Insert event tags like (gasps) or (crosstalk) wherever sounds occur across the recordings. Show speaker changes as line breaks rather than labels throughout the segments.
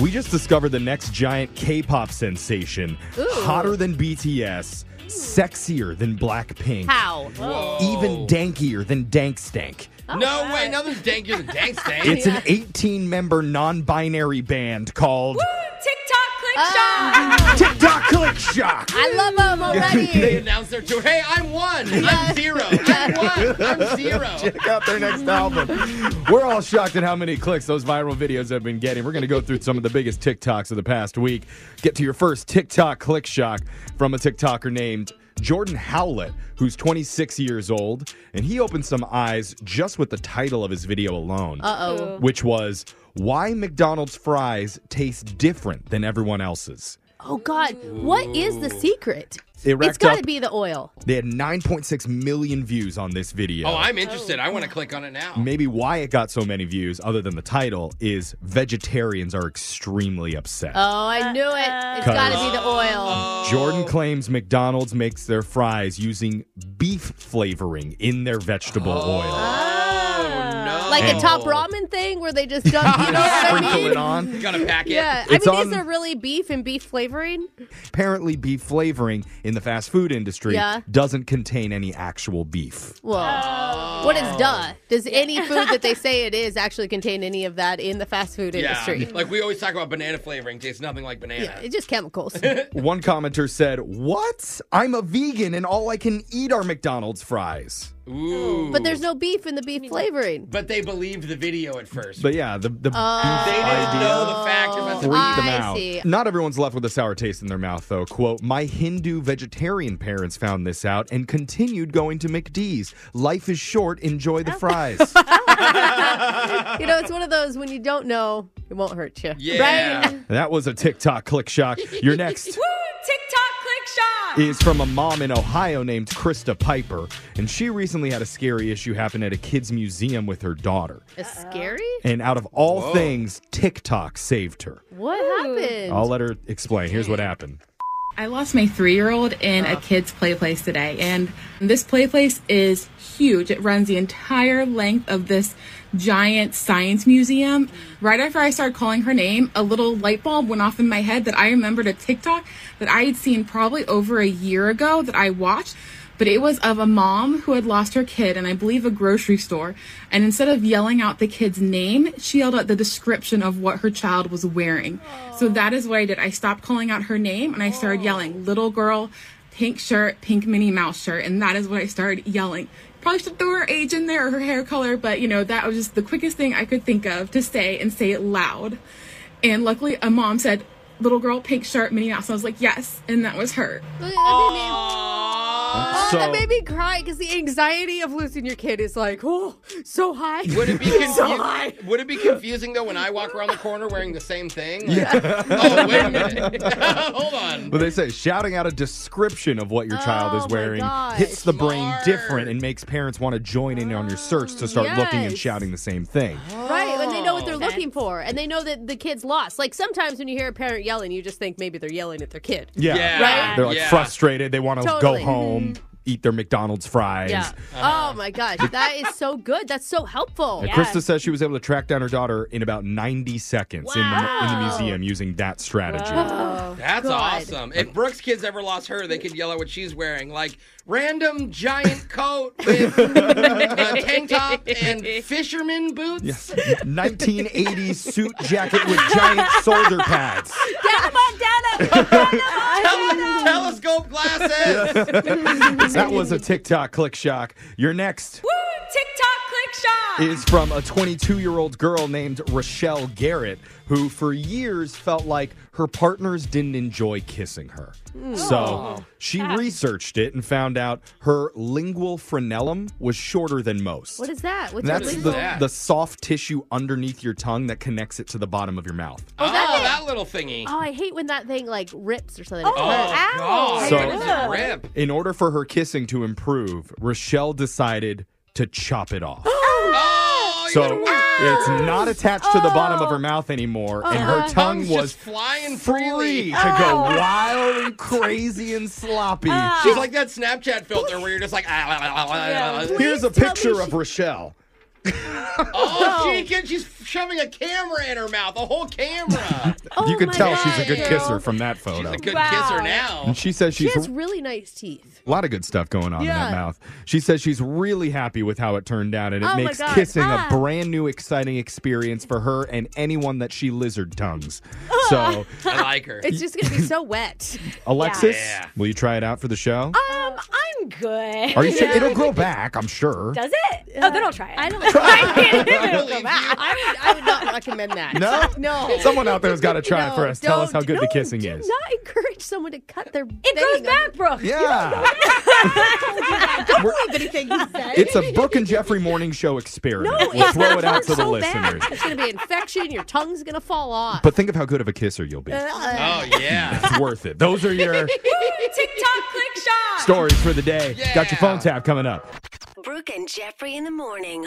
We just discovered the next giant K-pop sensation, hotter than BTS, sexier than Blackpink,
How?
even dankier than Dank Stank.
E-
oh,
No way, nothing's dankier than
(laughs)
dank stank.
It's an 18-member non-binary band called (laughs) TikTok Click Shock.
I love them
they
already.
announce their tour. Hey, I'm one. I'm zero. I'm one.
(laughs)
I'm zero.
Check out their next album. We're all shocked at how many clicks those viral videos have been getting. We're going to go through some of the biggest TikToks of the past week. Get to your first TikTok click shock from a TikToker named Jordan Howlett, who's 26 years old, and he opened some eyes just with the title of his video alone,
Uh-oh.
which was Why McDonald's Fries Taste Different Than Everyone Else's.
Oh, God. What is the secret?
It
It's
racked
got to
up-
be the oil.
They had 9.6 million views on this video.
Oh, I'm interested. I want to click on it now.
maybe why it got so many views, other than the title, is vegetarians are extremely upset.
Oh, I knew it. It's
Cause-
got to be the oil.
Jordan claims McDonald's makes their fries using beef flavoring in their vegetable oil.
Ah.
Oh no!
Uh, Like a
Oh.
top ramen thing where they just
(laughs)
dump, you know what I
Sprinkle
(laughs) mean?
it on.
Got a packet.
Yeah.
It's
I mean,
on-
is there really beef and beef flavoring?
Apparently, beef flavoring in the fast food industry
Yeah.
doesn't contain any actual beef.
Well,
Oh.
what is duh? Does any food that they say it is actually contain any of that in the fast food
Yeah.
industry?
(laughs)
Like we always talk about banana flavoring. Tastes nothing like banana.
Yeah, it's just
(laughs)
chemicals.
One commenter said, What? I'm a vegan and all I can eat are McDonald's fries.
Ooh.
but there's no beef in the beef flavoring.
But they believed the video at first.
But yeah, the, the
Oh.
beef
they didn't
idea.
know the fact about the
freak them
I
out.
see.
Not everyone's left with a sour taste in their mouth, though. Quote, my Hindu vegetarian parents found this out and continued going to McDee's. Life is short. Enjoy
Oh.
the
(laughs)
fries.
You know, it's one of those when you don't know, it won't hurt you.
Yeah.
Right?
that was a TikTok click shock. Your
(laughs)
next is from a mom in Ohio named Krista Piper. And she recently had a scary issue happen at a kid's museum with her daughter.
It's scary?
And out of all things, TikTok saved her.
What happened?
I'll let her explain. Here's what happened.
I lost my three year old in a kid's play place today, and this play place is huge. It runs the entire length of this giant science museum. Right after I started calling her name, a little light bulb went off in my head that I remembered a TikTok that I had seen probably over a year ago that I watched. But it was of a mom who had lost her kid in, I believe, a grocery store. And instead of yelling out the kid's name, she yelled out the description of what her child was wearing. So that is what I did. I stopped calling out her name and I started yelling, little girl, pink shirt, pink Minnie Mouse shirt. And that is what I started yelling. Probably should throw her age in there or her hair color, but you know, that was just the quickest thing I could think of to say and say it loud. And luckily, a mom said, Little girl, pink shirt, Minnie Mouse. And I was like, Yes. And that was her.
(laughs) Oh,
So-
that made me cry because the anxiety of losing your kid is like, oh, so high.
Would it be
so
confusing?
high?
Would it be confusing though when I walk around the corner wearing the same thing? Like, Oh wait a minute! (laughs) Hold on.
But they say shouting out a description of what your child
Oh
is
my
wearing
gosh.
hits the brain
Smart.
different and makes parents want to join in on your search to start looking and
Yes.
shouting the same thing.
Right, and they know what they're looking for, and they know that the kid's lost. Like sometimes when you hear a parent yelling, you just think maybe they're yelling at their kid.
Yeah.
Right?
They're like
yeah.
frustrated. They want to
Totally. Mm-hmm.
go home, eat their McDonald's fries.
Yeah. Oh my gosh, that is so good. That's so helpful.
And Krista says she was able to track down her daughter in about 90 seconds in, the, in the museum using that strategy.
That's
God.
awesome. If Brooke's kids ever lost her, they could yell out what she's wearing, like random giant coat with a tank top and fisherman boots.
1980s suit jacket with giant shoulder pads.
Tele- telescope glasses.
That was a TikTok click shock. Your next
TikTok click shot.
is from a 22 year old girl named Rochelle Garrett, who for years felt like her partners didn't enjoy kissing her. So she researched it and found out her lingual frenulum was shorter than most.
What is that? What's
That's
your
the,
lingual?
that?
the soft tissue underneath your tongue that connects it to the bottom of your mouth.
Oh, that little thingy.
Oh, I hate when that thing like rips or something.
Oh, God.
So-
So, rip.
In order for her kissing to improve, Rochelle decided to chop it
(gasps)
off. (gasps)
Oh, you
So
gotta-
it's not attached to the bottom
Oh.
of her mouth anymore, and
Uh-huh.
her tongue
tongue's
was
just flying
free
freely.
to go
Oh.
wild and crazy and sloppy.
Uh,
She's like that Snapchat filter where you're just like, ah, ah, ah, ah, ah.
Here's a picture of Rochelle.
oh, she can, she's shoving a camera in her mouth, a whole
(laughs)
camera.
you can
Oh, my
tell she's a
God,
good
girl.
kisser from that photo.
She's a good kisser now.
and she says
She
she's
has really nice teeth.
a lot of good stuff going on in
Yeah.
that mouth. She says she's really happy with how it turned out, and it
Oh my
makes
God.
kissing
Ah.
a brand new, exciting experience for her and anyone that she lizard tongues.
(laughs)
So,
I like her.
It's just gonna be so (laughs) wet.
Alexis,
Yeah.
will you try it out for the show?
Um, I'm good.
Are you sure it'll grow back? I'm sure.
Does it? Oh, then I'll try it.
I don't. (laughs) I,
I believe you.
would, I would not recommend that.
No?
No.
Someone out there's got to try it
No,
for us. Tell us
don't-
how good the
no,
kissing
do
is.
Not encourage someone to cut their.
it goes back, Brooke.
Yeah. We're-
Anything you said.
it's a Brooke and Jeffrey morning show experiment.
No,
we'll
it's
throw it out to the
so bad.
listeners.
It's gonna be infection. Your tongue's gonna fall off.
But think of how good of a kisser you'll be.
Uh.
Oh, yeah.
It's worth it. Those are
(laughs)
your
TikTok click shot.
stories for the day. Got your phone tap coming up.
Brooke and Jeffrey in the morning.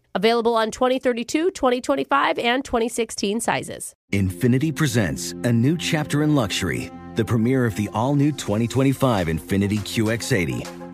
Available on 2032, 2025, and 2016 sizes.
Infinity presents a new chapter in luxury, the premiere of the all new 2025 Infinity QX80,